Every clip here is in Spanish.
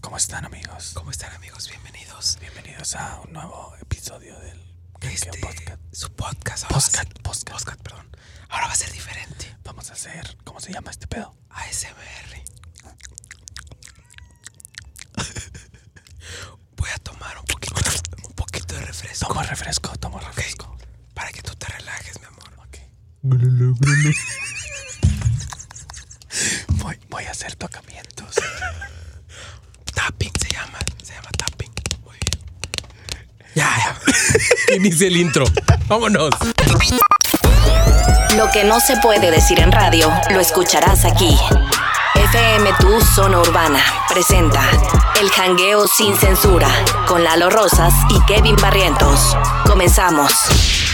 ¿Cómo están amigos? ¿Cómo están amigos? Bienvenidos. Bienvenidos a un nuevo episodio del Este, Canqueo Podcast. su podcast. ahora va a ser- Podcast, podcast. podcast, perdón. Ahora va a ser diferente. Vamos a hacer, ¿cómo se llama este pedo? ASMR. Voy a tomar un poquito, de- un poquito de refresco Toma refresco, toma refresco. para que tú te relajes, mi amor. Ok. Voy, voy a hacer tocamientos. Tapping se llama. Se llama tapping. Muy bien. Ya, que inicie el intro. Vámonos. Lo que no se puede decir en radio, lo escucharás aquí. FM Tu Zona Urbana presenta El Jangueo Sin Censura con Lalo Rosas y Kevin Barrientos. Comenzamos.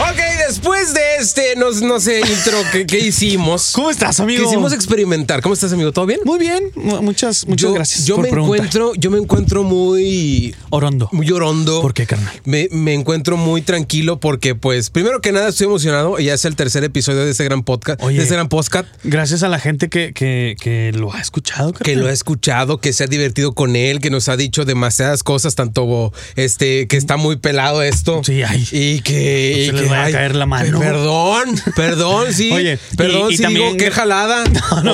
Ok, después de este, no, no sé, intro, ¿qué, qué hicimos? ¿Cómo estás, amigo? Quisimos experimentar. ¿Cómo estás, amigo? ¿Todo bien? Muy bien, mu- muchas, muchas yo, gracias Yo por me preguntar. encuentro, yo me encuentro muy Orondo. muy llorondo. ¿Por qué, carnal? Me, me encuentro muy tranquilo porque, pues, primero que nada estoy emocionado. Ya es el tercer episodio de este gran podcast, Oye. de este gran podcast. Gracias a la gente que, que, que lo ha escuchado. que carnal. lo ha escuchado, que se ha divertido con él, que nos ha dicho demasiadas cosas, tanto este que está muy pelado esto. Sí, ay. Y que No se y les que, vaya a caer la mano. Perdón, perdón, sí. Oye, perdón y- y si también- digo qué jalada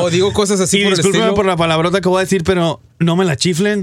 o digo cosas así Y por el discúlpeme estilo. por la palabrota que voy a decir, pero no me la chiflen.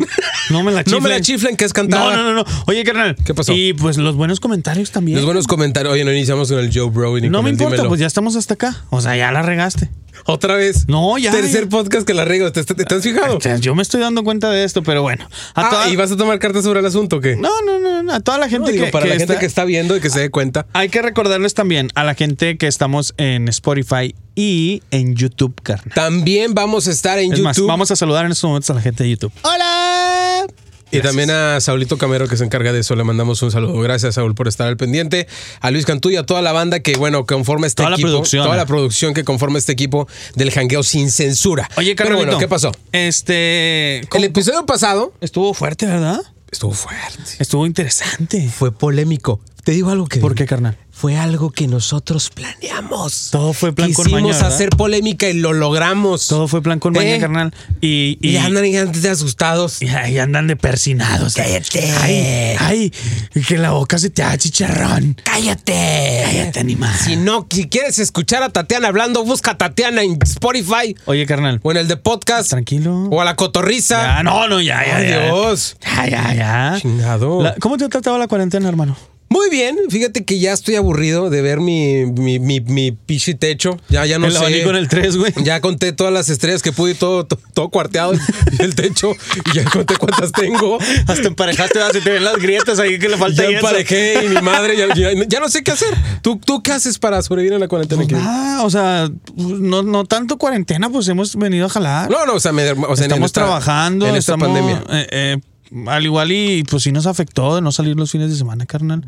No me la chiflen. No me la chiflen, que es cantada. No, no, no. no. Oye, carnal. ¿Qué pasó? Y pues los buenos comentarios también. Los buenos comentarios. Oye, no iniciamos con el Joe Bro y ni no con me el importa, dímelo. pues ya estamos hasta acá. O sea, ya la regaste. Otra vez. No, ya, Tercer ya. podcast que la riego. ¿Te, te, te has fijado? O sea, yo me estoy dando cuenta de esto, pero bueno. A Ah, toda- ¿y vas a tomar cartas sobre el asunto o qué? No, no, no, no, A toda la No, gente digo, que, para que la gente que está viendo y que se dé cuenta. Hay que recordarles también a la gente que estamos en Spotify y en YouTube, carnal. También vamos a estar en Es YouTube. más, vamos a saludar en estos momentos a la gente de YouTube. ¡Hola! Y también a Saulito Camero que se encarga de eso, le mandamos un saludo. Gracias, Saúl, por estar al pendiente. A Luis Cantú y a toda la banda que, bueno, conforma este Toda la equipo. producción. Toda la producción que conforma este equipo del jangueo sin censura. Oye, Pero Carlos. bueno, ¿qué pasó? Este. El ¿cómo- episodio pasado Estuvo fuerte, ¿verdad? estuvo fuerte. Estuvo interesante. Fue polémico. Te digo algo que. ¿Por qué, carnal? Fue algo que nosotros planeamos. Todo fue plan con Quisimos maña, ¿verdad? hacer polémica y lo logramos. Todo fue plan con maña, ¿Eh? carnal. Y, Y, y, andan y andan de asustados. y ahí andan de persinados. Cállate. Ay, ay, que la boca se te haga chicharrón. ¡Cállate! Cállate, animal. Si no, si quieres escuchar a Tatiana hablando, busca a Tatiana en Spotify Oye, carnal. o en el de podcast. Tranquilo. O a la cotorriza. Ya, no, no, ya, ya. Ay, ya. Dios. Ya, ya, ya. Chingado. La- ¿Cómo te ha tratado la cuarentena, hermano? Muy bien, fíjate que ya estoy aburrido de ver mi, mi, mi, mi pichi techo. Ya, ya no el sé. abanico en el 3, güey. Ya conté todas las estrellas que pude y todo, to- todo, cuarteado y el techo. Y ya conté cuántas tengo. Hasta emparejaste, ya se te ven las grietas ahí que le falta Ya yeso. emparejé y mi madre ya, ya- ya no sé qué hacer. ¿Tú, ¿Tú qué haces para sobrevivir a la cuarentena? Kevin? Ah, o sea, no, no tanto cuarentena, pues hemos venido a jalar. No, no, o sea, me- o sea, en estamos esta- trabajando, en esta estamos, pandemia. eh, eh, al igual y pues sí nos afectó de no salir los fines de semana, carnal.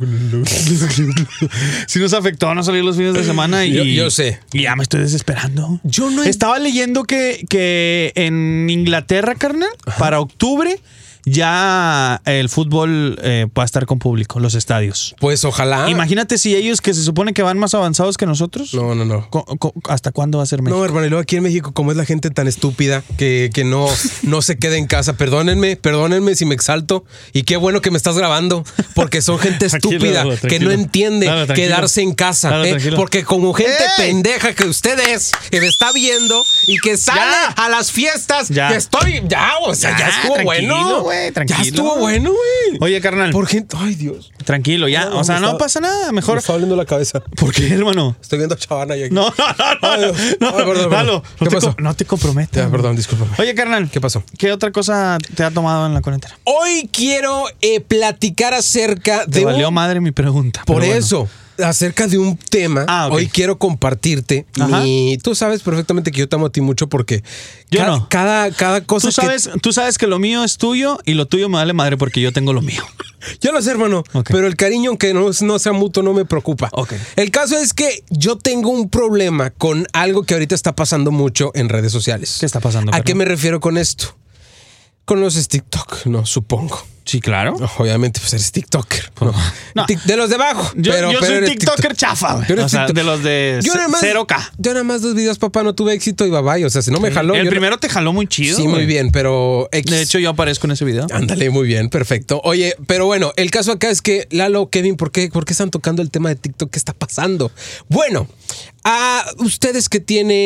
sí nos afectó no salir los fines de semana y Yo- yo sé. Y ya me estoy desesperando. Yo no- estaba leyendo que, que en Inglaterra, carnal, para octubre ya el fútbol eh, va a estar con público, los estadios. Pues ojalá. Imagínate si ellos que se supone que van más avanzados que nosotros. No, no, no. co- co- ¿Hasta cuándo va a ser México? No, hermano, y luego aquí en México, como es la gente tan estúpida que, que no, no se queda en casa. Perdónenme, perdónenme si me exalto. Y qué bueno que me estás grabando, porque son gente Tranquilo, estúpida Lalo, que no tranquilo. entiende Lalo, tranquilo. quedarse en casa. Lalo, ¿eh? tranquilo. Porque como gente ¡Ey! pendeja que ustedes que me está viendo y que sale Ya. a las fiestas, Ya. ya estoy, ya, o sea, ya, Ya, estuvo tranquilo, bueno. güey, tranquilo. Ya estuvo bueno, güey. Oye, carnal. Por gente, ay Dios. Tranquilo, ya. No, o sea, me no está- pasa nada. Me Mejor. está doliendo la cabeza. ¿Por qué, hermano? Estoy viendo a Chavana y aquí. No, no, no, no. Ay, Dios. no, Ay, Ah, perdón, perdón. Lalo, ¿Qué no, te, pasó? com- no te comprometas. Ya, perdón, discúlpame. Oye, carnal. ¿Qué pasó? ¿Qué otra cosa te ha tomado en la cuarentena? Hoy quiero eh, platicar acerca Te de valió un- madre mi pregunta. por pero bueno. eso acerca de un tema. Ah, ok. Hoy quiero compartirte Ajá. mi- tú sabes perfectamente que yo te amo a ti mucho porque Yo ca- no. cada cada cosa Tú sabes, tú sabes que lo mío es tuyo y lo tuyo me vale madre porque yo tengo lo mío. que yo lo sé, hermano, Ok. pero el cariño aunque no, no sea mutuo no me preocupa. Ok. El caso es que yo tengo un problema con algo que ahorita está pasando mucho en redes sociales. ¿Qué está pasando, ¿A Carlos? qué me refiero con esto? Con los TikTok, no, supongo. Sí, claro. Obviamente, pues eres TikToker. No. No. Tic- De los de abajo. Yo, pero, yo pero soy eres TikToker TikTok- chafa, güey. Yo eres O sea, TikTok- de los de Yo nada más- 0K. Yo nada más dos videos, papá, no tuve éxito y bye bye. O sea, si no me jaló. El yo no- primero te jaló muy chido. Sí, muy güey. bien, pero X. De hecho, yo aparezco en ese video. Ándale, muy bien, perfecto. Oye, pero bueno, el caso acá es que Lalo, Kevin, ¿por qué, ¿por qué están tocando el tema de TikTok? ¿Qué está pasando? Bueno, a ustedes que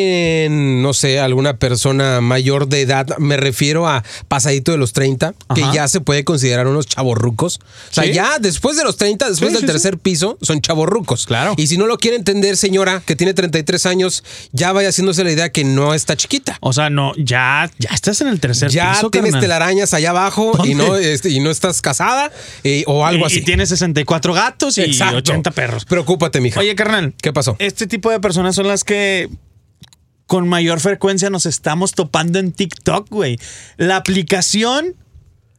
tienen, no sé, alguna persona mayor de edad, me refiero a pasadito de los 30, que Ajá. ya se puede considerar unos chavorrucos. O sea, Sí. ya después de los 30, después Sí, del sí, sí. tercer piso, son chavorrucos. Claro. Y si no lo quiere entender, señora, que tiene 33 años, ya vaya haciéndose la idea que no está chiquita. O sea, no, ya, ya estás en el tercer Ya piso. tienes carnal. telarañas allá abajo y ¿Dónde? no, este, y no estás casada eh, o algo Y- así. Y tienes 64 gatos y Exacto. 80 perros. Preocúpate, mija. Oye, carnal. ¿Qué pasó? Este tipo de personas son las que con mayor frecuencia nos estamos topando en TikTok, güey. La aplicación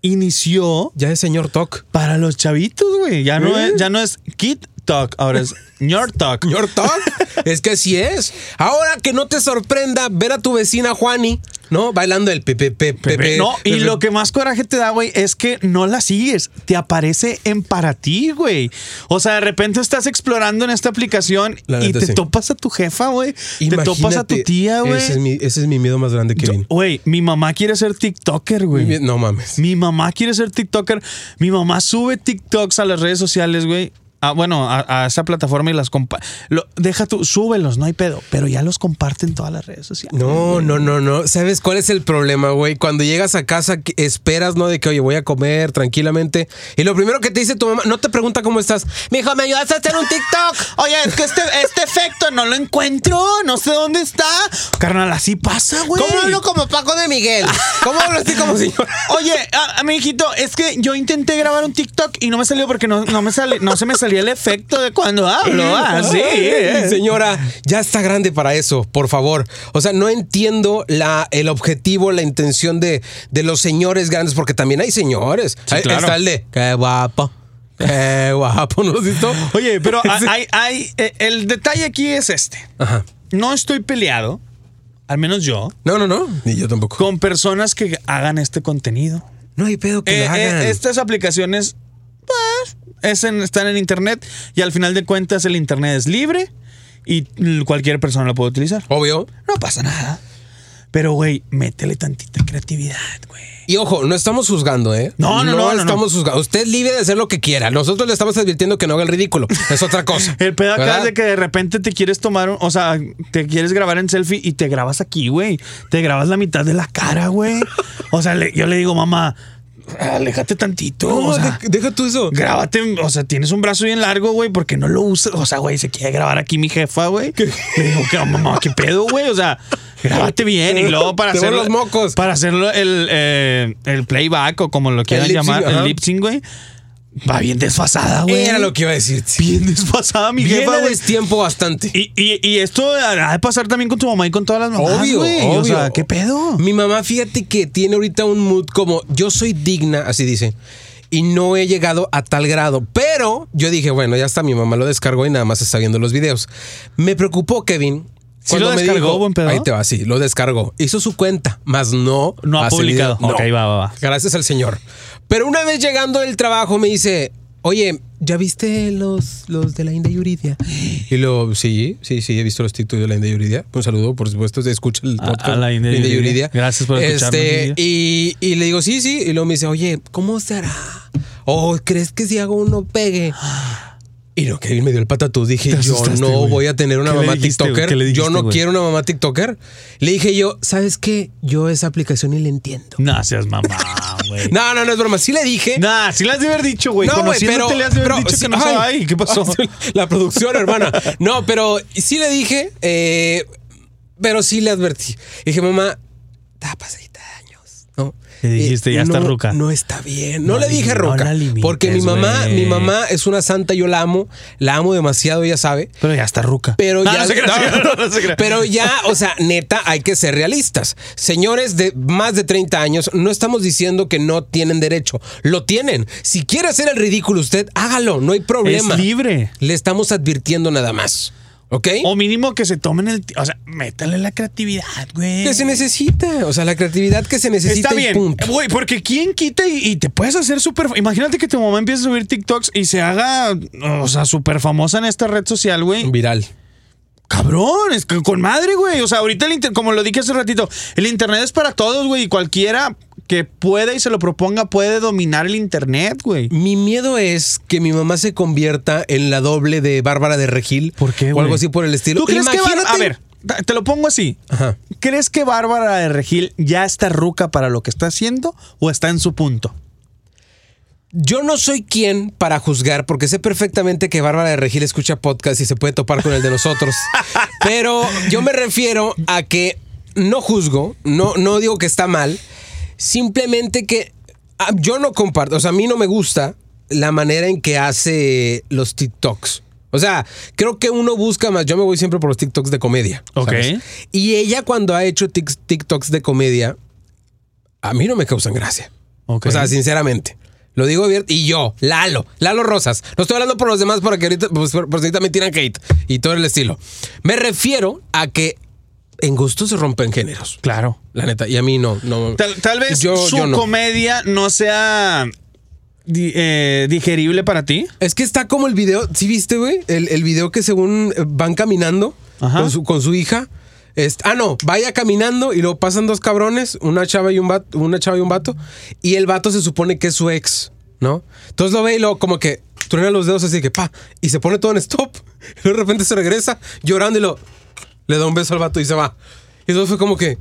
inició ya es señor Toc. para los chavitos, güey. Ya no ¿Eh? es, ya no es Kid Talk, ahora es Your Talk. Señor Toc. es que así es. Ahora que no te sorprenda ver a tu vecina Juani, ¿no? Bailando el pepe, pepe, pepe. no, y pepe. lo que más coraje te da, güey, es que no la sigues. Te aparece en para ti, güey. O sea, de repente estás explorando en esta aplicación La y neta, te sí. topas a tu jefa, güey. Te Imagínate, topas a tu tía, güey. Ese, es mi- ese es mi miedo más grande, Yo- Kevin. Güey, mi mamá quiere ser TikToker, Mi güey. mie- no mames. Mi mamá quiere ser TikToker. Mi mamá sube TikToks a las redes sociales, güey. Ah, bueno, a, a esa plataforma y las comparte. Deja tú, súbelos, no hay pedo. Pero ya los comparten todas las redes sociales. No, no, no, no. ¿Sabes cuál es el problema, güey? Cuando llegas a casa, que esperas, ¿no? De que, oye, voy a comer tranquilamente. Y lo primero que te dice tu mamá, no te pregunta cómo estás. Mi hijo, ¿me ayudaste a hacer un TikTok? Oye, es que este, este efecto no lo encuentro, no sé dónde está. Carnal, así pasa, güey. ¿Cómo hablo como Paco de Miguel? ¿Cómo hablo así como señor? Oye, a, mi hijito, es que yo intenté grabar un TikTok y no me salió porque no, no me sale, no se me salía el efecto de cuando hablo. Así. Ay, Señora, ya está grande para eso, por favor. O sea, no entiendo la, el objetivo, la intención de, de los señores grandes, porque también hay señores. Ahí claro. Está el de, qué guapo, qué guapo, ¿no lo has visto? Oye, pero Sí. hay, hay- eh, el detalle aquí es este. Ajá. No estoy peleado, al menos yo, No, no, no. Ni yo tampoco. con personas que hagan este contenido. No hay pedo que Eh, lo hagan. eh, estas aplicaciones pues, es en- están en internet y al final de cuentas el internet es libre y l- cualquier persona lo puede utilizar. Obvio. No pasa nada. Pero, güey, métele tantita creatividad, güey. Y ojo, no estamos juzgando, ¿eh? No, no, no, no, no. estamos juzgando. Usted es libre de hacer lo que quiera. Nosotros le estamos advirtiendo que no haga el ridículo. Es otra cosa. El pedo acá ¿Verdad? es de que de repente te quieres tomar, un- o sea, te quieres grabar en selfie y te grabas aquí, güey. Te grabas la mitad de la cara, güey. O sea, le- yo le digo, mamá, aléjate tantito. No, o sea, de- deja tú eso. Grábate, o sea, tienes un brazo bien largo, güey, porque no lo usas. O sea, güey, se quiere grabar aquí mi jefa, güey. Le digo, ¿qué, mamá, qué pedo, güey? O sea, grábate bien y luego para Te voy hacer los mocos. Para hacerlo el, eh, el playback o como lo quieran lip sync, llamar, ajá. el lip sync, güey. Va bien desfasada, güey. Era lo que iba a decir. Bien desfasada, mi Viene jefa, güey. tiempo bastante. Y, y, y esto ha de pasar también con tu mamá y con todas las mamás, Obvio, güey. obvio. O sea, ¿qué pedo? Mi mamá, fíjate que tiene ahorita un mood como yo soy digna, así dice. Y no he llegado a tal grado. Pero yo dije, bueno, ya está, mi mamá lo descargó y nada más está viendo los videos. Me preocupó, Kevin. ¿Sí lo descargó, buen pedo? Ahí te va, sí, lo descargó. Hizo su cuenta, más no. No ha publicado. salido- Ok, va, va, va. Gracias al señor. Pero una vez llegando del trabajo me dice, oye, ¿ya viste los, los de la India Yuridia? Y lo, sí, sí, sí, he visto los títulos de la India Yuridia. Un saludo, por supuesto, se escucha el A- podcast. a la India Yuridia. Gracias por escucharnos, Este, India. y, y le digo, sí, sí. Y luego me dice, oye, ¿cómo será? ¿O crees que si hago uno pegue? Y lo que él me dio el patatús, dije, Te yo asustaste, no güey. voy a tener una ¿Qué le mamá dijiste, güey? TikToker. ¿Qué le yo dijiste, no güey? quiero una mamá TikToker. Le dije yo, ¿sabes qué? Yo esa aplicación ni la entiendo. No seas mamá, güey. No, no, no es broma. Sí le dije. Nah, si le has de haber dicho, güey. No, güey, Conociéndote le has de haber dicho sí, que no ay. sabe. Ay, ¿qué pasó? La producción, hermana. No, pero sí le dije, eh, pero sí le advertí. Dije, mamá, está pasadita de años, ¿no? Eh, Le dijiste, ya no, está ruca. No está bien. No, No le li- dije no ruca. la limites, porque mi mamá, güey. mi mamá es una santa, yo la amo, la amo demasiado, ella sabe. Pero ya está ruca. Pero No, ya, no se crea, no, se crea, no, no se crea. pero ya, o sea, neta, hay que ser realistas. Señores de más de 30 años, no estamos diciendo que no tienen derecho. Lo tienen. Si quiere hacer el ridículo usted, hágalo, no hay problema. Es libre. Le estamos advirtiendo nada más. ¿Ok? O mínimo que se tomen el. ti- O sea, métale la creatividad, güey. que se necesita. O sea, la creatividad que se necesita. Está y bien, punto. güey, porque quién quita y, y te puedes hacer súper. Imagínate que tu mamá empiece a subir TikToks y se haga, o sea, súper famosa en esta red social, güey. Viral. Cabrón, es que con madre, güey. O sea, ahorita, el inter- como lo dije hace ratito, el Internet es para todos, güey. Y cualquiera que pueda y se lo proponga puede dominar el Internet, güey. Mi miedo es que mi mamá se convierta en la doble de Bárbara de Regil. ¿Por qué, O algo güey? así por el estilo. ¿Tú crees que Bárbara- Imagínate- A ver, ta- te lo pongo así. Ajá. ¿Crees que Bárbara de Regil ya está ruca para lo que está haciendo o está en su punto? Yo no soy quien para juzgar, porque sé perfectamente que Bárbara de Regil escucha podcast y se puede topar con el de nosotros. Pero yo me refiero a que no juzgo, no, no digo que está mal, simplemente que ah, yo no comparto, o sea, a mí no me gusta la manera en que hace los TikToks. O sea, creo que uno busca más. Yo me voy siempre por los TikToks de comedia. Ok. ¿sabes? Y ella cuando ha hecho tic- TikToks de comedia, a mí no me causan gracia. Ok. O sea, sinceramente. Lo digo abierto. Y yo, Lalo, Lalo Rosas. No estoy hablando por los demás porque ahorita, pues, por, por si ahorita me tiran hate y todo el estilo. Me refiero a que en gusto se rompen géneros. Claro. La neta. Y a mí no. no Tal, tal vez Yo- su yo no. comedia no sea di- eh, digerible para ti. Es que está como el video. ¿Sí viste, güey? El, el video que según eh, van caminando Ajá. con su, con su hija. Este- ah, no, vaya caminando y luego pasan dos cabrones, una chava y un vato, una chava y un vato, y el vato se supone que es su ex, ¿no? Entonces lo ve y luego como que truena los dedos así que pa, y se pone todo en stop, y luego de repente se regresa llorando y lo le da un beso al vato y se va. Y entonces fue como que,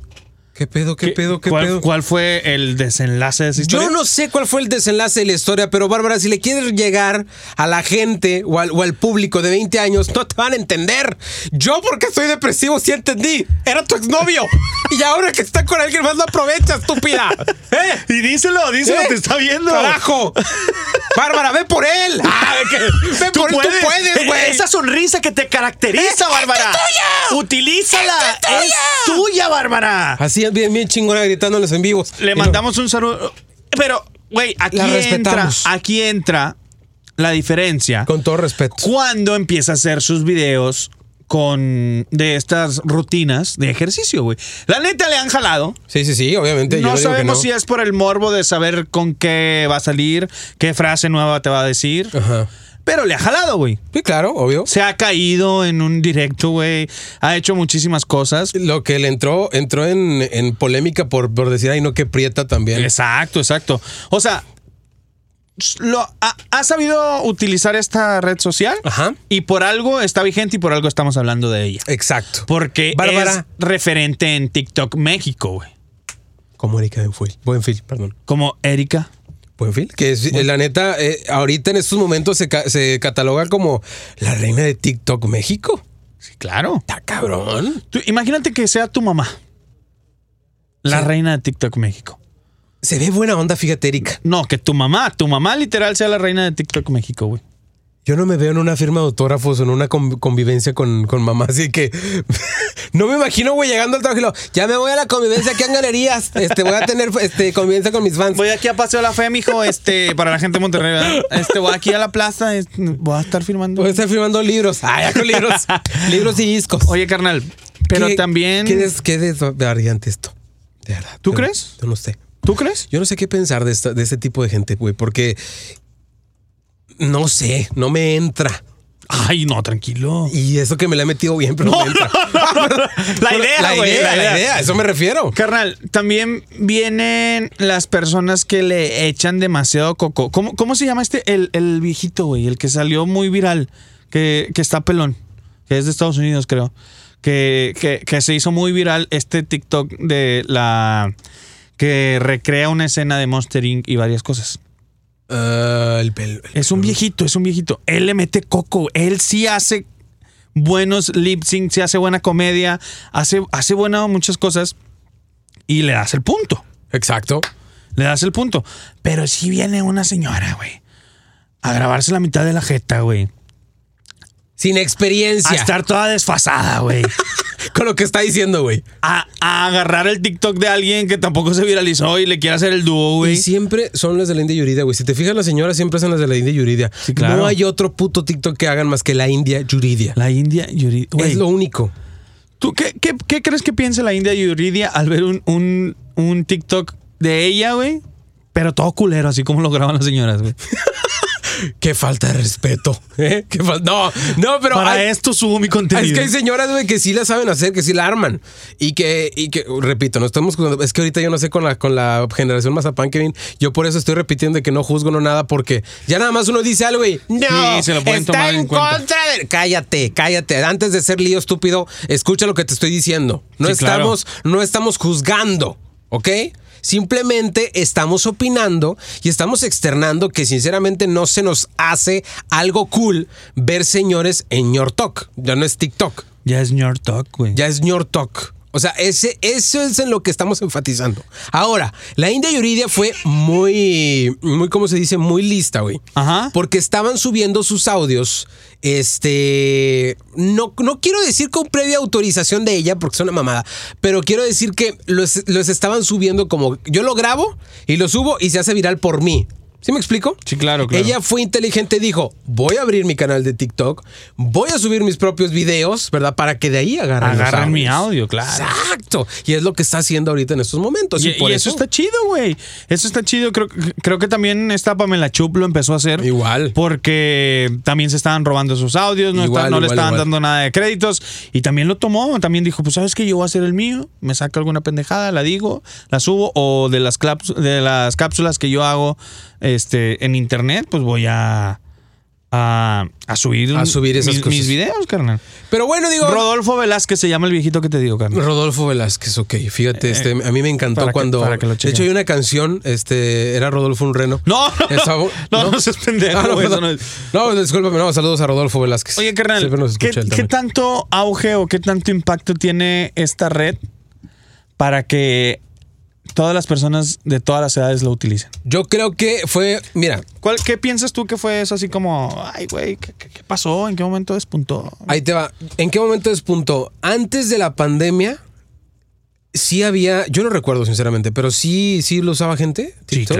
¿qué pedo, qué, pedo, qué ¿Cuál, pedo? cuál fue el desenlace de esa historia? Yo no sé cuál fue el desenlace de la historia, pero Bárbara, si le quieres llegar a la gente o al, o al público de 20 años, no te van a entender. Yo, porque soy depresivo, sí entendí. Era tu exnovio. y ahora que está con alguien más, lo aprovecha, estúpida. ¿Eh? Y díselo, díselo, ¿Eh? te está viendo. ¡Carajo! Bárbara, ve por él. Ah, ve que- ve por él, tú puedes, güey. Esa sonrisa que te caracteriza, Bárbara. tuya! Utilízala. Es tuya, Bárbara. Así es bien, bien chingona gritándoles en vivos. Le Y no- mandamos un saludo. Pero, güey, aquí La entra, respetamos. aquí entra la diferencia. Con todo respeto. cuando empieza a hacer sus videos con de estas rutinas de ejercicio, güey. La neta le han jalado. Sí, sí, sí, obviamente. yo No digo que sabemos no. si es por el morbo de saber con qué va a salir, qué frase nueva te va a decir. Ajá. Pero le ha jalado, güey. Sí, claro, obvio. Se ha caído en un directo, güey. Ha hecho muchísimas cosas. Lo que le entró, entró en, en polémica por, por decir, ay, no, que prieta también. Exacto, exacto. O sea, lo, ha, ha sabido utilizar esta red social Ajá. y por algo está vigente y por algo estamos hablando de ella. Exacto. Porque Bárbara. es referente en TikTok México, güey. Como Erika Buenfil. Buenfil, perdón. Como Erika. Buenfil. Que es, eh, la neta, eh, ahorita en estos momentos se, ca- se cataloga como la reina de TikTok México. Sí, claro. Está cabrón. Tú- imagínate que sea tu mamá. La Sí. reina de TikTok México. Se ve buena onda, fíjate, Erika. No, que tu mamá, tu mamá literal sea la reina de TikTok México, güey. Yo no me veo en una firma de autógrafos, en una conv- convivencia con, con mamá, así que no me imagino, güey, llegando al trabajo y lo, ya me voy a la convivencia aquí en galerías. Este, voy a tener este, convivencia con mis fans. Voy aquí a Paseo La Fe, mijo, este, para la gente de Monterrey, ¿verdad? Este, voy aquí a la plaza, es- voy a estar firmando. Voy a estar firmando libros. Ah, ya con libros. libros y discos. Oye, carnal, pero ¿Qué- también. Qué, des, qué desvariante esto. De verdad. ¿Tú Yo- crees? Yo no sé. ¿Tú crees? Yo no sé qué pensar de, esta- de este tipo de gente, güey, porque no sé, no me entra. Ay, no, tranquilo. Y eso que me la he metido bien, pero no, No, me entra. no, no, no. La idea, la güey, idea, la la idea. idea, a eso me refiero. Carnal, también vienen las personas que le echan demasiado coco. ¿Cómo, cómo se llama este? El, el viejito, güey, el que salió muy viral, que, que está pelón, que es de Estados Unidos, creo. Que, que, que se hizo muy viral este TikTok de la. que recrea una escena de Monster Inc. y varias cosas. Ah, el pelo. el Es un pelo. viejito, es un viejito. Él le mete coco. Él sí hace buenos lip sync, sí hace buena comedia, hace, hace buena muchas cosas y le das el punto. Exacto. Le das el punto. Pero si viene una señora, güey, a grabarse la mitad de la jeta, güey. Sin A experiencia. estar toda desfasada, güey. con lo que está diciendo, güey. a, a agarrar el TikTok de alguien que tampoco se viralizó y le quiere hacer el dúo, Y güey. siempre son las de la India Yuridia, güey. Si te fijas, las señoras siempre son las de la India Yuridia. Sí, claro. No hay otro puto TikTok que hagan más que la India Yuridia. La India Yuridia. güey, Es lo único. ¿Tú qué, qué- qué crees que piensa la India Yuridia al ver un, un- un TikTok de ella, güey? Pero todo culero, así como lo graban las señoras, güey. Qué falta de respeto. ¿eh? Qué fal- no, no, pero Para este hay- esto subo mi Ah, contenido. Es que hay señoras, güey, que sí la saben hacer, que sí la arman. Y que, y que repito, no estamos juzgando. Es que ahorita yo no sé con la, con la generación Mazapán, Kevin. Yo por eso estoy repitiendo de que no juzgo no nada, porque ya nada más uno dice algo y. No, Sí, se lo pueden está tomar en cuenta". contra de- Cállate, cállate. Antes de ser lío estúpido, escucha lo que te estoy diciendo. No, Sí, claro. estamos, no estamos juzgando, ¿ok? Simplemente estamos opinando y estamos externando que sinceramente no se nos hace algo cool ver señores en Your Talk. Ya no es TikTok, Ya es New York Talk, güey. ya es Your Talk. O sea, ese, eso es en lo que estamos enfatizando. Ahora, la India Yuridia fue muy, muy, ¿cómo se dice? Muy lista, güey. Ajá. Porque estaban subiendo sus audios. Este. No, no quiero decir con previa autorización de ella, porque es una mamada. Pero quiero decir que los, los estaban subiendo como. Yo lo grabo y lo subo y se hace viral por mí. ¿Sí me explico? Sí, claro, claro. Ella fue inteligente y dijo: Voy a abrir mi canal de TikTok, voy a subir mis propios videos, ¿verdad? Para que de ahí agarren, los Agarran mi audios". audio, claro. Exacto. Y es lo que está haciendo ahorita en estos momentos. Y, Y, por y eso está chido, güey. Eso está chido. Creo, creo que también esta Pamela Chup lo empezó a hacer. Igual. Porque también se estaban robando sus audios, no, Igual, estaban- no le igual, estaban igual. dando nada de créditos. Y también lo tomó. También dijo, pues, ¿sabes qué? Yo voy a hacer el mío. Me saca alguna pendejada, la digo, la subo. O de las, claps- de las cápsulas que yo hago este, en internet, pues voy a... A, a subir, A subir esas mis, cosas. mis videos, carnal. Pero bueno, digo. Rodolfo Velázquez se llama el viejito que te digo, carnal. Rodolfo Velázquez, ok. Fíjate, este, a mí me encantó Eh, para que- cuando. para que lo de hecho, chequen. hay una canción, este, era Rodolfo un reno. No, no, Esa- no, no, no seas pendejo, no, güey, eso perdón. no es. No, discúlpame, no, saludos a Rodolfo Velázquez. Oye, carnal, Siempre nos escucha ¿qué, él qué también. tanto auge o qué tanto impacto tiene esta red para que todas las personas de todas las edades lo utilicen? Yo creo que fue, mira, ¿Cuál, ¿Qué piensas tú que fue eso así como, ay, güey, ¿qué, qué- qué pasó? ¿En qué momento despuntó? ahí te va. ¿En qué momento despuntó? Antes de la pandemia, sí había, yo no recuerdo sinceramente, pero sí, sí lo usaba gente. TikTok.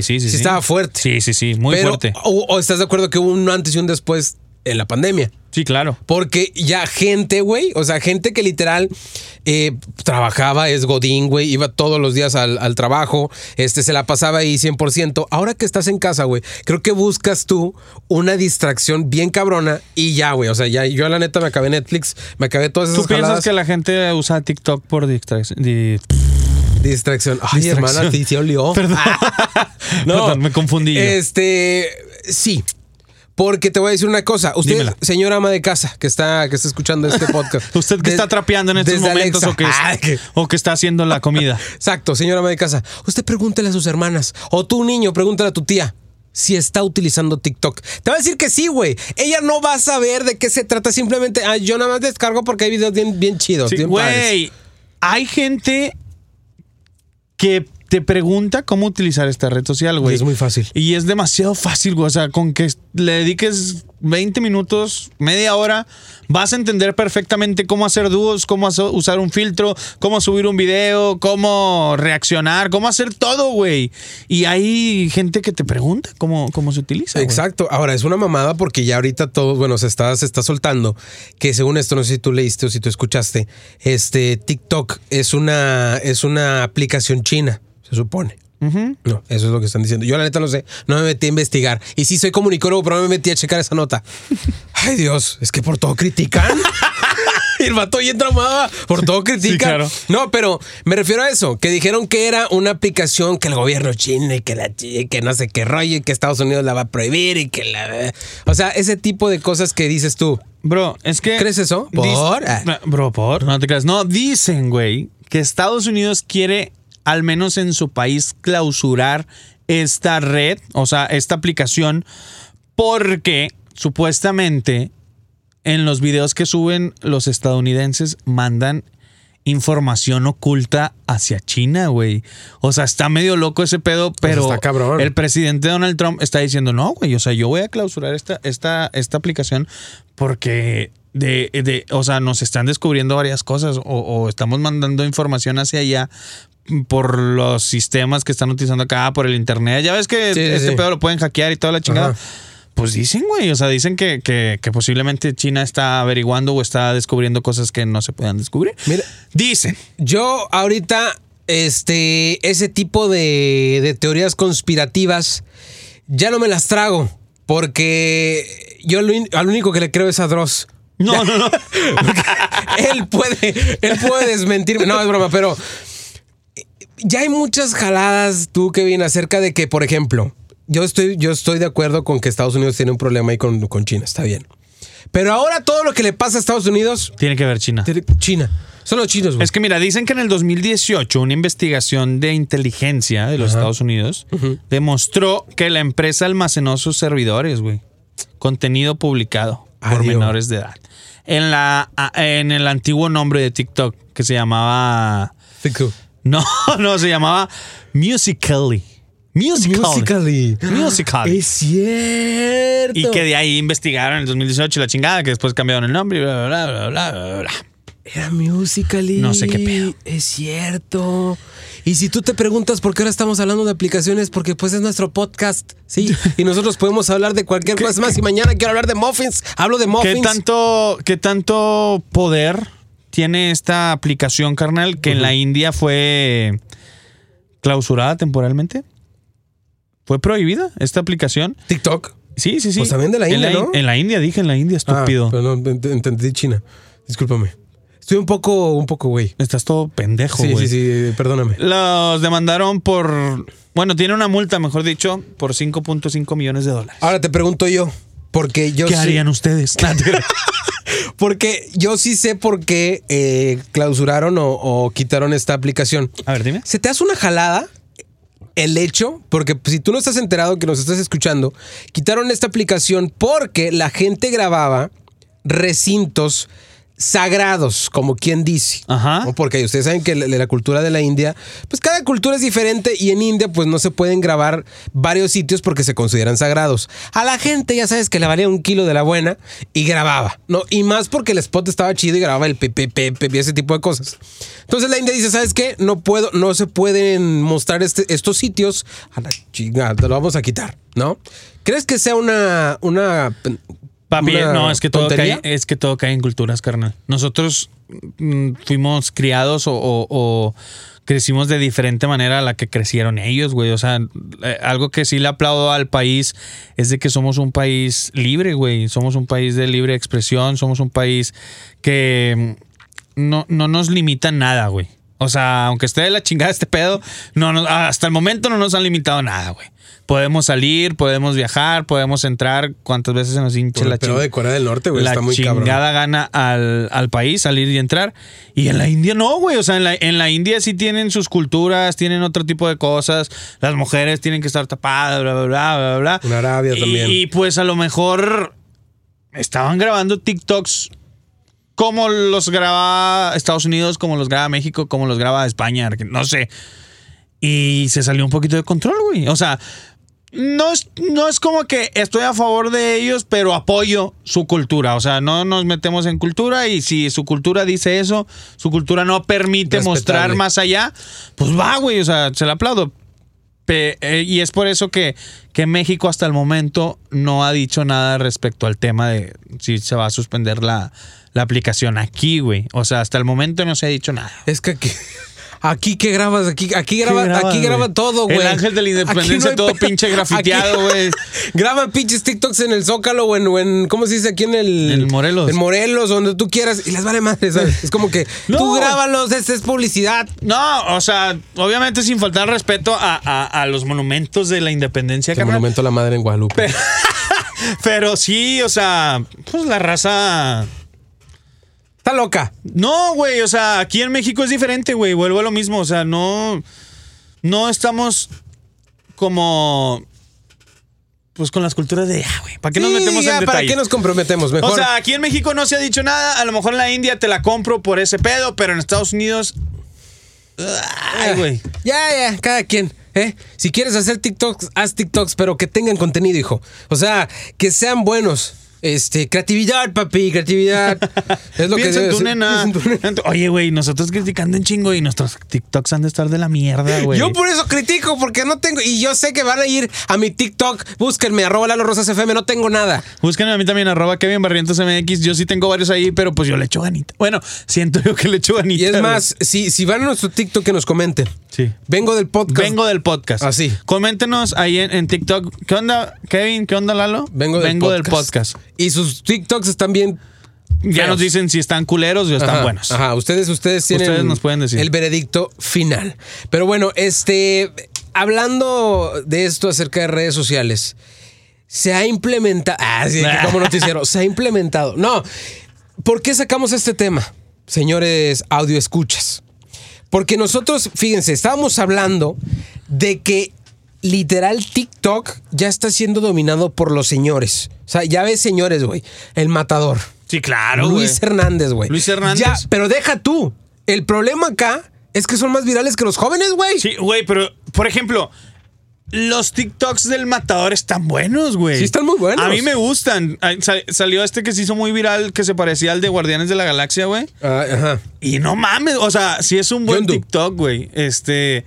Sí, estaba fuerte. Sí, sí, sí, muy Pero, fuerte. O, o estás de acuerdo que hubo un antes y un después en la pandemia? Sí, claro. Porque ya gente, güey, o sea, gente que literal eh, trabajaba, es Godín, güey, iba todos los días al, al trabajo, este, se la pasaba ahí 100%. Ahora que estás en casa, güey, creo que buscas tú una distracción bien cabrona y ya, güey, o sea, ya yo la neta me acabé Netflix, me acabé todas esas ¿Tú piensas jaladas. que la gente usa TikTok por distracción? Di- Distracción. Ay, Distracción. hermana, te te olió. Perdón. Perdón, me confundí yo. Este, sí. Porque te voy a decir una cosa. Usted, Dímela. señora ama de casa, que está, que está escuchando este podcast. ¿Usted que Des- está trapeando en estos desde momentos Alexa. o que, es- Ay, que- o que está haciendo la comida? Exacto, señora ama de casa. Usted pregúntele a sus hermanas. O tú, niño, pregúntale a tu tía si está utilizando TikTok. Te va a decir que sí, güey. Ella no va a saber de qué se trata. Simplemente, ah, yo nada más descargo porque hay videos bien, bien chidos. Sí, bien padres. Güey, hay gente que te pregunta cómo utilizar esta red social, güey. Y es muy fácil. Y es demasiado fácil, güey. O sea, con que le dediques 20 minutos, media hora, vas a entender perfectamente cómo hacer dúos, cómo hacer- usar un filtro, cómo subir un video, cómo reaccionar, cómo hacer todo, güey. Y hay gente que te pregunta cómo, cómo se utiliza. güey. Exacto. Ahora, es una mamada porque ya ahorita todo, bueno, se está, se está soltando. Que según esto, no sé si tú leíste o si tú escuchaste, este TikTok es una, es una aplicación china, se supone. No, eso es lo que están diciendo. Yo la neta no sé, no me metí a investigar. Y sí soy comunicólogo, pero no me metí a checar esa nota. Ay Dios, es que por todo critican. Y el vato bien traumado, por todo critican. claro. No, pero me refiero a eso, que dijeron que era una aplicación que el gobierno chino y que la chi- que no sé qué rollo y que Estados Unidos la va a prohibir y que la o sea, ese tipo de cosas que dices tú. Bro, es que. ¿Crees eso? Dis- ¿Por? Ah. No, Bro, por. No te creas. No, dicen, güey, que Estados Unidos quiere, al menos en su país, clausurar esta red, o sea, esta aplicación, porque supuestamente en los videos que suben los estadounidenses mandan información oculta hacia China, güey. O sea, está medio loco ese pedo, pero Pues está cabrón. el presidente Donald Trump está diciendo, no, güey, o sea, yo voy a clausurar esta, esta, esta aplicación porque de, de- o sea, nos están descubriendo varias cosas o, o estamos mandando información hacia allá por los sistemas que están utilizando acá, por el internet. Ya ves que Sí, sí, este sí. pedo lo pueden hackear y toda la chingada. Ajá. Pues dicen, güey, o sea, dicen que, que- que posiblemente China está averiguando o está descubriendo cosas que no se puedan descubrir. Mira. Dicen. Yo ahorita, este, ese tipo de, de teorías conspirativas ya no me las trago porque yo lo in- al único que le creo es a Dross. No, no, no. él puede, él puede desmentirme. No, es broma, pero ya hay muchas jaladas, tú, Kevin, acerca de que, por ejemplo, yo estoy, yo estoy de acuerdo con que Estados Unidos tiene un problema ahí con, con China, está bien. Pero ahora todo lo que le pasa a Estados Unidos, Tiene que ver China. tiene- China. Son los chinos, güey. Es que mira, dicen que en el 2018 una investigación de inteligencia de los Estados Unidos demostró que la empresa almacenó sus servidores, güey. Contenido publicado por Adiós. menores de edad. En, la, a- en el antiguo nombre de TikTok que se llamaba... Fico. No, no, se llamaba Musical.ly. Musical.ly. Musical.ly. Musical.ly. Es cierto. Y que de ahí investigaron en el 2018 la chingada, que después cambiaron el nombre y bla, bla, bla, bla, bla, bla. Era Musical.ly. No sé qué pedo. Es cierto. Y si tú te preguntas por qué ahora estamos hablando de aplicaciones, porque pues es nuestro podcast, ¿sí? Y nosotros podemos hablar de cualquier cosa más. Y mañana quiero hablar de muffins, hablo de muffins. ¿Qué tanto, ¿Qué tanto poder tiene esta aplicación, carnal, que en la India fue clausurada temporalmente? ¿Fue prohibida esta aplicación? TikTok. Sí, sí, sí. Pues también de la En India, in- ¿no? En la India, dije, en la India, estúpido. Ah, pero no, ent- entendí China. Discúlpame. Estoy un poco, un poco, güey. Estás todo pendejo, Sí, güey. sí, sí, perdóname. Los demandaron por... Bueno, tiene una multa, mejor dicho, por 5.5 millones de dólares. Ahora te pregunto yo, porque yo ¿Qué sí- harían ustedes? Porque yo sí sé por qué eh, clausuraron o, o quitaron esta aplicación. A ver, dime. ¿Se te hace una jalada el hecho? Porque si tú no estás enterado que nos estás escuchando, quitaron esta aplicación porque la gente grababa recintos sagrados, como quien dice. Ajá. ¿no? Porque ustedes saben que la, la cultura de la India, pues cada cultura es diferente y en India pues no se pueden grabar varios sitios porque se consideran sagrados. A la gente ya sabes que le valía un kilo de la buena y grababa, ¿no? Y más porque el spot estaba chido y grababa el pepe, pepe, y ese tipo de cosas. Entonces la India dice, ¿sabes qué? No puedo, no se pueden mostrar este- estos sitios. A la chingada, lo vamos a quitar, ¿no? ¿Crees que sea una... una Papi, eh, una no, es que, todo tontería? cae, es que todo cae en culturas, carnal. Nosotros mm, fuimos criados o, o- o crecimos de diferente manera a la que crecieron ellos, güey. O sea, eh, algo que sí le aplaudo al país es de que somos un país libre, güey. Somos un país de libre expresión, somos un país que mm, no, no nos limita nada, güey. O sea, aunque esté de la chingada este pedo, no, nos- hasta el momento no nos han limitado nada, güey. Podemos salir, podemos viajar, podemos entrar cuantas veces se nos hinche Por el la pedo chingada de Corea del Norte, güey, la está muy chingada cabrón. gana al, al país salir y entrar. Y en la India no, güey. O sea, en la, en la India sí tienen sus culturas, tienen otro tipo de cosas. Las mujeres tienen que estar tapadas, bla, bla, bla, bla, bla. En Arabia Y- también. Y pues a lo mejor estaban grabando TikToks como los graba Estados Unidos, como los graba México, como los graba España, Argen- no sé. Y se salió un poquito de control, güey. O sea, no es, no es como que estoy a favor de ellos, pero apoyo su cultura. O sea, no nos metemos en cultura y si su cultura dice eso, su cultura no permite Respetable. mostrar más allá, pues va, güey. O sea, se la aplaudo. Pe- eh, y es por eso que, que México hasta el momento no ha dicho nada respecto al tema de si se va a suspender la, la aplicación aquí, güey. O sea, hasta el momento no se ha dicho nada. Es que aquí, aquí que grabas, aquí, aquí ¿Qué graba, graban, aquí güey? graba todo, güey. El ángel de la Aquí independencia hay todo pedo. pinche grafiteado, Aquí- güey. Graban pinches TikToks en el Zócalo o en, o en- ¿cómo se dice? Aquí en el... En Morelos. En Morelos, donde tú quieras. Y las vale madre, ¿sabes? Es como que No. tú grábalos, esta es publicidad. No, o sea, obviamente sin faltar respeto a, a- a los monumentos de la independencia, carnal. a la madre en Guadalupe. Pero sí, o sea, pues la raza. Está loca. No, güey, o sea, aquí en México es diferente, güey. Vuelvo a lo mismo, o sea, no. No estamos como. Pues con las culturas de. Ah, güey, ¿para qué nos Sí, metemos ya, en ¿Para detalle? qué nos comprometemos? Mejor. O sea, aquí en México no se ha dicho nada. A lo mejor en la India te la compro por ese pedo, pero en Estados Unidos. Eh, Ay, güey. Ah, Ya, ya, cada quien. ¿eh? Si quieres hacer TikToks, haz TikToks, pero que tengan contenido, hijo. O sea, que sean buenos. Este, creatividad, papi, creatividad. Es lo que Piensa en debe tu ser. nena. En tu- Oye, güey, nosotros criticando en chingo y nuestros TikToks han de estar de la mierda, güey. Yo por eso critico, porque no tengo. Y yo sé que van a ir a mi TikTok, búsquenme, arroba Lalo Rosas FM, no tengo nada. Búsquenme a mí también, arroba Kevin Barrientos MX. Yo sí tengo varios ahí, pero pues yo le echo ganita. Bueno, siento yo que le echo ganita. Y es güey. más, si, si van a nuestro TikTok, que nos comenten. Sí. Vengo del podcast. Vengo del podcast. Así. Coméntenos ahí en, en TikTok. ¿Qué onda, Kevin? ¿Qué onda, Lalo? Vengo del del podcast. Y sus TikToks están bien. Ya Feos. nos dicen si están culeros o están Ajá, buenos. Ajá, ustedes, ustedes tienen. Ustedes nos pueden decir. El veredicto final. Pero bueno, este. Hablando de esto acerca de redes sociales, se ha implementado. Ah, sí, que como noticiero. se ha implementado. No. ¿Por qué sacamos este tema, señores audio escuchas? Porque nosotros, fíjense, estábamos hablando de que literal TikTok ya está siendo dominado por los señores. O sea, ya ves señores, güey. El matador. Sí, claro, güey. Luis Hernández, güey. Luis Hernández. Ya, pero deja tú. El problema acá es que son más virales que los jóvenes, güey. Sí, güey, pero, por ejemplo, los TikToks del matador están buenos, güey. Sí, están muy buenos. A mí me gustan. Ay, sal- salió este que se hizo muy viral, que se parecía al de Guardianes de la Galaxia, güey. Ah, ajá. Y no mames, o sea, si es un buen Yondu. TikTok, güey. Este.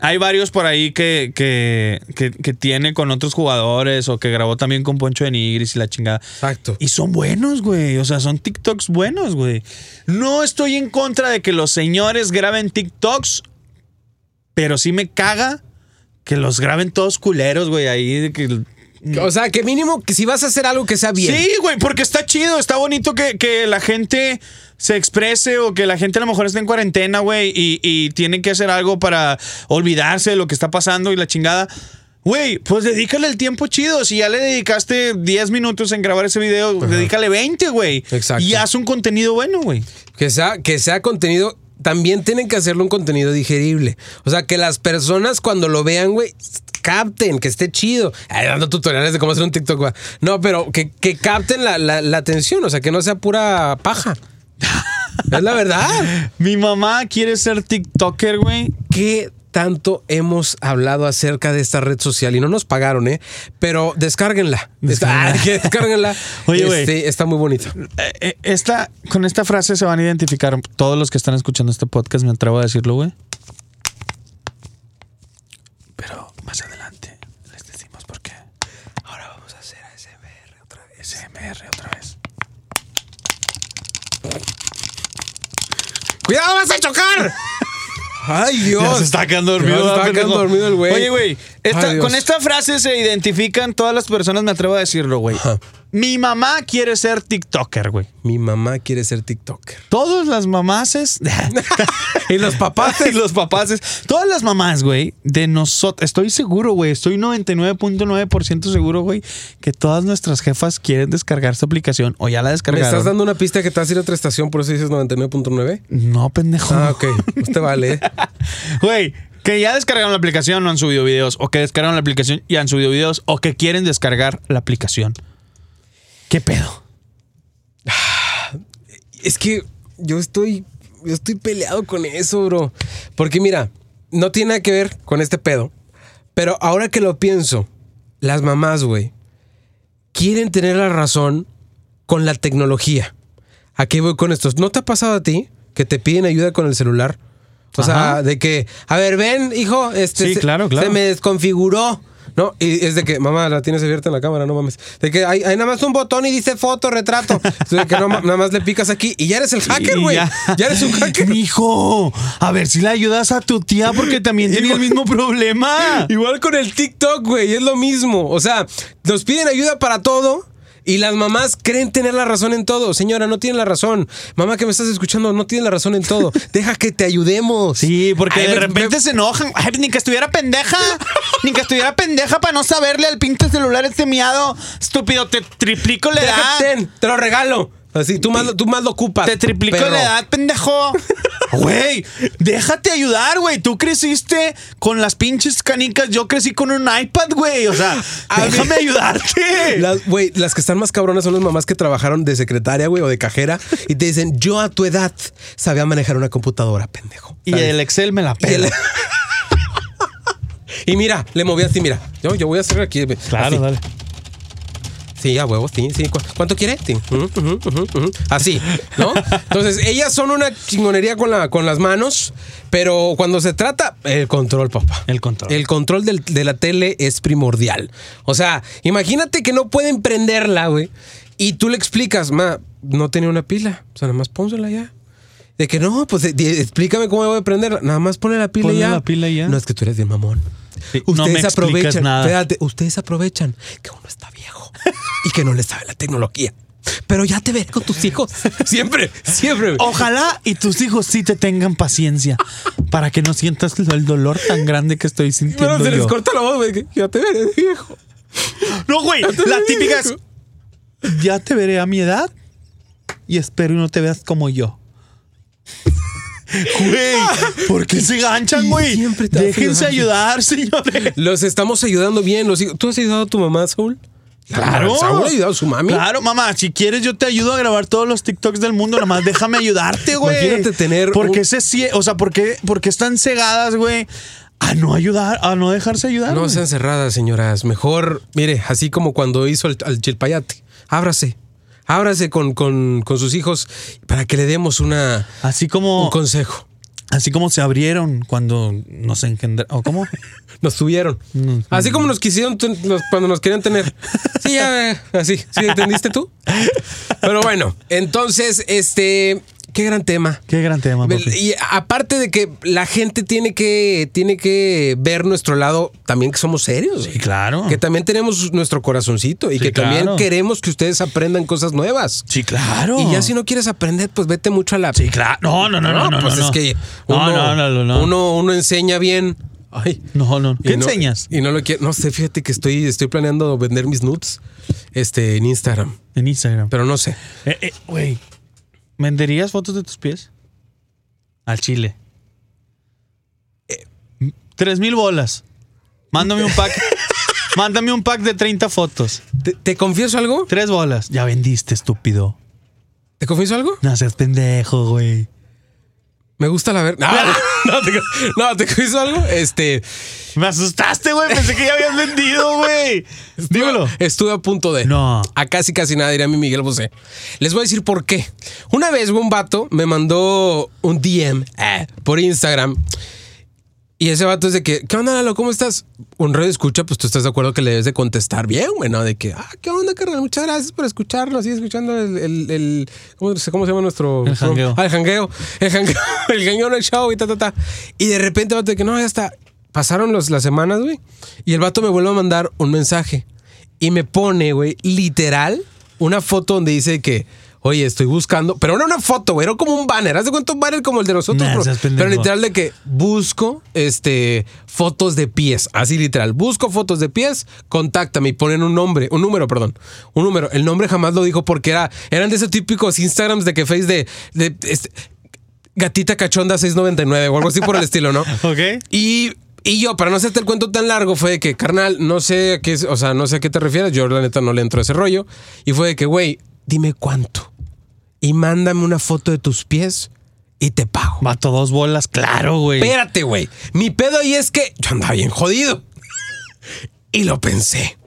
Hay varios por ahí que, que, que- que tiene con otros jugadores o que grabó también con Poncho de Nigris y la chingada. Exacto. Y son buenos, güey. O sea, son TikToks buenos, güey. No estoy en contra de que los señores graben TikToks, pero sí me caga que los graben todos culeros, güey. Ahí de que O sea, que mínimo que si vas a hacer algo que sea bien. Sí, güey, porque está chido, está bonito que, que la gente se exprese o que la gente a lo mejor esté en cuarentena, güey, y, y tiene que hacer algo para olvidarse de lo que está pasando y la chingada. Güey, pues dedícale el tiempo chido. Si ya le dedicaste 10 minutos en grabar ese video, dedícale 20, güey. Exacto. Y haz un contenido bueno, güey. Que sea, que sea contenido. También tienen que hacerlo un contenido digerible. O sea, que las personas cuando lo vean, güey, capten, que esté chido. Ay, dando tutoriales de cómo hacer un TikTok. güey. No, pero que, que capten la, la- la atención. O sea, que no sea pura paja. es la verdad. Mi mamá quiere ser TikToker, güey. ¿Qué tanto hemos hablado acerca de esta red social? Y no nos pagaron, ¿eh? Pero descárguenla. Descárguenla. Está- que descárguenla. Oye, güey. Este, está muy bonito. Eh, eh, Esta, con esta frase se van a identificar todos los que están escuchando este podcast, me atrevo a decirlo, güey. Pero más adelante les decimos por qué. Ahora vamos a hacer ASMR otra vez. ASMR otra vez. ¡Cuidado, vas a chocar! ¡Ay, Dios! Ya se está quedando dormido. Ya se está ¿verdad, pendejo? quedando dormido el güey. Oye, güey, esta- Ay, Dios. con esta frase se identifican todas las personas, me atrevo a decirlo, güey. Ajá. Mi mamá quiere ser TikToker, güey. Mi mamá quiere ser TikToker. Todas las mamases. y los papás. y los papaces. Todas las mamás, güey, de nosotros. Estoy seguro, güey. Estoy 99.9% seguro, güey, que todas nuestras jefas quieren descargar esta aplicación o ya la ¿Me descargaron. estás dando una pista que te vas a ir a otra estación? Por eso dices 99.9. No, pendejo. Ah, ok. Usted vale. ¿eh? Güey, que ya descargaron la aplicación no han subido videos. O que descargaron la aplicación y han subido videos. O que quieren descargar la aplicación. ¿Qué pedo? Es que yo estoy, yo estoy peleado con eso, bro. Porque mira, no tiene nada que ver con este pedo. Pero ahora que lo pienso, las mamás, güey, quieren tener la razón con la tecnología. ¿A qué voy con estos? ¿No te ha pasado a ti que te piden ayuda con el celular? O sea, Ajá. de que, a ver, ven, hijo, este Sí, se- claro, claro. se me desconfiguró. No, y es de que, mamá, la tienes abierta en la cámara, no mames. De que hay, hay nada más un botón y dice foto, retrato. O sea, que no ma- nada más le picas aquí y ya eres el hacker, Y güey. ya. Ya. eres un hacker. Mijo, a ver si le ayudas a tu tía porque también tiene el mismo problema. Igual con el TikTok, güey, es lo mismo. O sea, nos piden ayuda para todo y las mamás creen tener la razón en todo. Señora, no tiene la razón. Mamá que me estás escuchando, no tiene la razón en todo. Deja que te ayudemos. Sí, porque Ay, de me- repente me- se enojan. Ay, ni que estuviera pendeja. ni que estuviera pendeja para no saberle al pinche celular este miado. Estúpido, te triplico la edad. Deja, ten, te lo regalo. Así, tú más, lo- tú más lo ocupas. ah. Te triplico perro. la edad, pendejo. Güey, déjate ayudar, güey. Tú creciste con las pinches canicas. Yo crecí con un iPad, güey. O sea, A déjame ayudarte. Las, güey, las que están más cabronas son las mamás que trabajaron de secretaria, güey, o de cajera y te dicen, yo a tu edad sabía manejar una computadora, pendejo. y ¿Sabes? el Excel me la Y el- pela. Y mira, le moví así, mira. Yo, yo voy a hacer aquí. Claro, así. dale. Sí, a huevo, sí, sí. ¿Cu- ¿Cuánto quiere? Sí. Ujú, ujú, ujú, ujú. Así, ¿no? Entonces, ellas son una chingonería con, la, con las manos, pero cuando se trata, el control, papá. El control. El control del- de la tele es primordial. O sea, imagínate que no pueden prenderla, güey, y tú le explicas, ma, no tenía una pila, o sea, nada más pónsela ya. De que no, pues de- de- explícame cómo voy a prenderla. Nada más pone la pila y Ponle ya. la pila y ya. No, es que tú eres bien mamón. Sí, no me ustedes explicas aprovechan. nada. espérate, Ah, ustedes aprovechan que uno está viejo y que no le sabe la tecnología. Pero ya te veré con tus hijos. Siempre, siempre. Ojalá y tus hijos sí te tengan paciencia para que no sientas el dolor tan grande que estoy sintiendo. Pero se les yo. corta la voz, güey, que Ya te veré, viejo. No, güey. La típica es. Ya te veré a mi edad y espero y no te veas como yo. Güey, ¿por qué se ganchan, Y güey? siempre te Déjense hacen ayudar, señores. Los estamos ayudando bien. Los hijos. ¿Tú has ayudado a tu mamá, Saúl? Saúl ha ayudado a su mami. Claro, mamá. Si quieres, yo te ayudo a grabar todos los TikToks del mundo. Nomás déjame ayudarte, güey. Imagínate tener ¿Por qué un- se cie- O sea, ¿por qué, por qué están cegadas, güey? A no ayudar, a no dejarse ayudar. No güey? sean cerradas, señoras. Mejor, mire, así como cuando hizo al, al chilpayate. Ábrase. Ábrase con, con, con sus hijos para que le demos una, Así como. un consejo. Así como se abrieron cuando nos engendraron. ¿O cómo? Nos tuvieron. Así como nos quisieron ten- nos- cuando nos querían tener. Sí, ya, eh, así. ¿Sí entendiste tú? Pero bueno, entonces, este, qué gran tema. Qué gran tema, papi. Y aparte de que la gente tiene que, tiene que ver nuestro lado, también que somos serios. Sí, claro. Que también tenemos nuestro corazoncito y Sí, que también claro. queremos que ustedes aprendan cosas nuevas. Sí, claro. Y ya si no quieres aprender, pues vete mucho a la... Sí, claro. No, no, no, no. no pues no, es no. que No, uno, no, no, no, no. Uno, uno enseña bien. Ay. No, no. ¿Qué Y no- enseñas? Y no lo quiero. No sé, fíjate que estoy, estoy planeando vender mis nudes este, en Instagram. En Instagram. Pero no sé. Eh, eh, Güey. ¿Venderías fotos de tus pies? Al chile. Tres mil bolas. Mándame un pack. mándame un pack de 30 fotos. ¿Te, te confieso algo? Tres bolas. Ya vendiste, estúpido. ¿Te confieso algo? No seas pendejo, güey. Me gusta la ver. No, no, te, no, ¿te confieso algo. Este. Me asustaste, güey. Pensé que ya habías vendido, güey. Dímelo. Estuve a punto de. No. A casi casi nada, diría mi Miguel Bosé. Les voy a decir por qué. Una vez un vato me mandó un DM eh, por Instagram. Y ese vato es de que, ¿qué onda, Lalo? ¿Cómo estás? Un radio escucha, pues tú estás de acuerdo que le debes de contestar bien, güey, ¿no? De que, ah, ¿qué onda, carnal? Muchas gracias por escucharlo. Así escuchando el, el, el- ¿cómo, se- cómo se llama nuestro? El jangueo. Ah, el jangueo. El jangueo, el jangueo en el show y ta, ta, ta. Y de repente, vato, de que no, ya está. Pasaron los- las semanas, güey. Y el vato me vuelve a mandar un mensaje. Y me pone, güey, literal, una foto donde dice que, oye, estoy buscando. Pero era una foto, güey, era como un banner. ¿Haz de cuenta un banner como el de nosotros? Nah, pero- seas pendejo. pero literal literal de que busco este fotos de pies, así literal, busco fotos de pies, contáctame y ponen un nombre, un número, perdón, un número. El nombre jamás lo dijo porque era eran de esos típicos Instagrams de que face de, de, este, gatita cachonda 699 o algo así por el estilo, ¿no? Ok. Y y yo, para no hacerte el cuento tan largo, fue de que, carnal, no sé a qué, es- o sea, no sé a qué te refieres, yo la neta no le entro a ese rollo y fue de que, güey, dime cuánto y mándame una foto de tus pies y te pago. Mato dos bolas, claro, güey. Espérate, güey. Mi pedo ahí es que yo andaba bien jodido. Y lo pensé.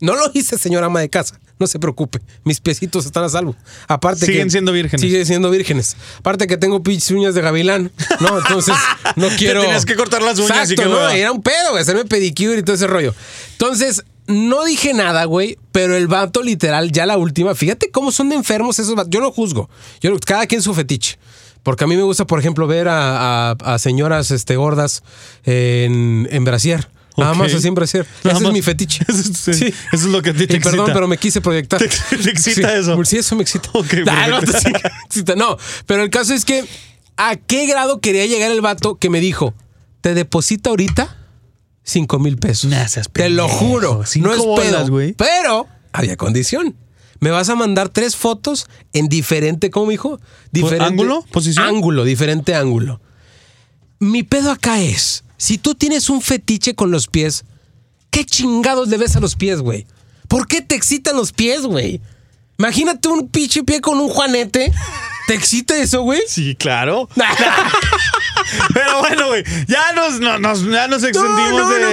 No lo hice, señora ama de casa. No se preocupe. Mis piecitos están a salvo. Aparte Siguen que- siendo vírgenes. Siguen siendo vírgenes. Aparte que tengo pinches uñas de gavilán. No, entonces no Te quiero. tenías que cortar las uñas, Exacto, y qué no, hueva. era un pedo, güey, hacerme pedicure y todo ese rollo. Entonces, no dije nada, güey, pero el vato literal, ya la última, fíjate cómo son de enfermos esos vatos. Yo no juzgo. Yo, no- cada quien su fetiche. Porque a mí me gusta, por ejemplo, ver a, a- a señoras este, gordas en, en brasier. Nada Ok. más así en brasier. Nada Ese es más. mi fetiche. Eso es- Sí. eso es lo que a ti te Y Perdón, excita. pero me quise proyectar. Te- te excita Sí. eso. Sí, eso me excita. Ok, Ah, no, perfecto. sí, me excita. No, pero el caso es que ¿a qué grado quería llegar el vato que me dijo, te deposita ahorita 5 mil pesos? Nah, seas Te lo pendejo. juro, Cinco no es bolas, pedo. güey. Pero había condición. Me vas a mandar tres fotos en diferente, ¿cómo me dijo? Diferente ¿Ángulo? ¿Posición? Ángulo, diferente ángulo. Mi pedo acá es, si tú tienes un fetiche con los pies, ¿Qué chingados le ves a los pies, güey? ¿Por qué te excitan los pies, güey? Imagínate un pinche pie con un juanete. ¿Te excita eso, güey? Sí, claro. Pero bueno, güey, ya nos, no- nos, ya nos extendimos No, no, de... no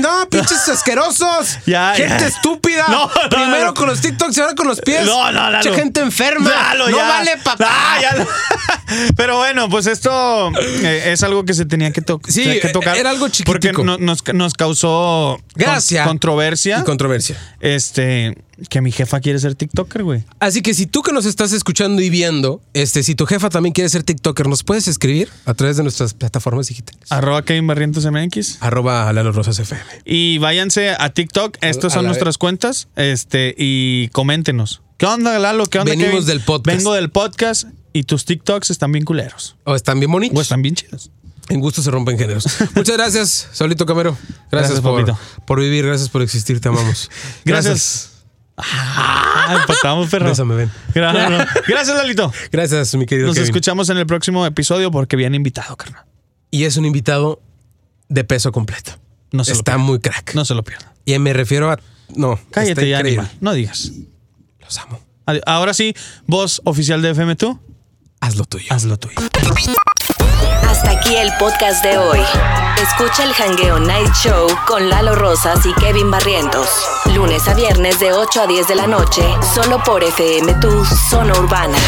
no, pinches asquerosos. Ya, gente ya. estúpida. No, no, Primero no. con los TikToks y ahora con los pies. No, no, Lalo. Mucha gente enferma. Lalo, no ya. vale papá. Ah, ya lo- Pero bueno, pues esto eh, es algo que se tenía que, to- Sí, que tocar. era algo chiquitico. Porque no- nos, nos causó con- Gracia. controversia. Y controversia. este, que mi jefa quiere ser TikToker, güey. Así que si tú que nos estás escuchando y viendo, este, si tu jefa también quiere ser TikToker, nos puedes escribir a través de nuestras plataformas digitales. Arroba Kevin Barrientos MX. Arroba Lalo Rosas FM. Y váyanse a TikTok. Estas a son la nuestras cuentas. Este, y coméntenos. ¿Qué onda, Lalo? ¿Qué onda? Venimos Kevin? del podcast. Vengo del podcast y tus TikToks están bien culeros. O Oh, están bien bonitos. O están bien chidos. En gusto se rompen géneros. Muchas gracias, Solito Camero. Gracias, Gracias, por, papito. por vivir, gracias por existir, te amamos. Gracias. Ah, empatamos, perro. Bésame, ven. Gra- no. Gracias, Lalito. Gracias, gracias, mi querido. Nos Kevin. escuchamos en el próximo episodio porque viene invitado, carnal. Y es un invitado de peso completo. No se lo Está pierdan. muy crack. No se lo pierdan. Y me refiero a. No. está Cállate ya, increíble. animal. No digas. Los amo. Adi- Ahora sí, voz oficial de FM tú, Haz lo tuyo. haz lo tuyo. Hasta aquí el podcast de hoy. Escucha el Jangueo Night Show con Lalo Rosas y Kevin Barrientos. Lunes a viernes de 8 a 10 de la noche, solo por FM Tu Zona Urbana.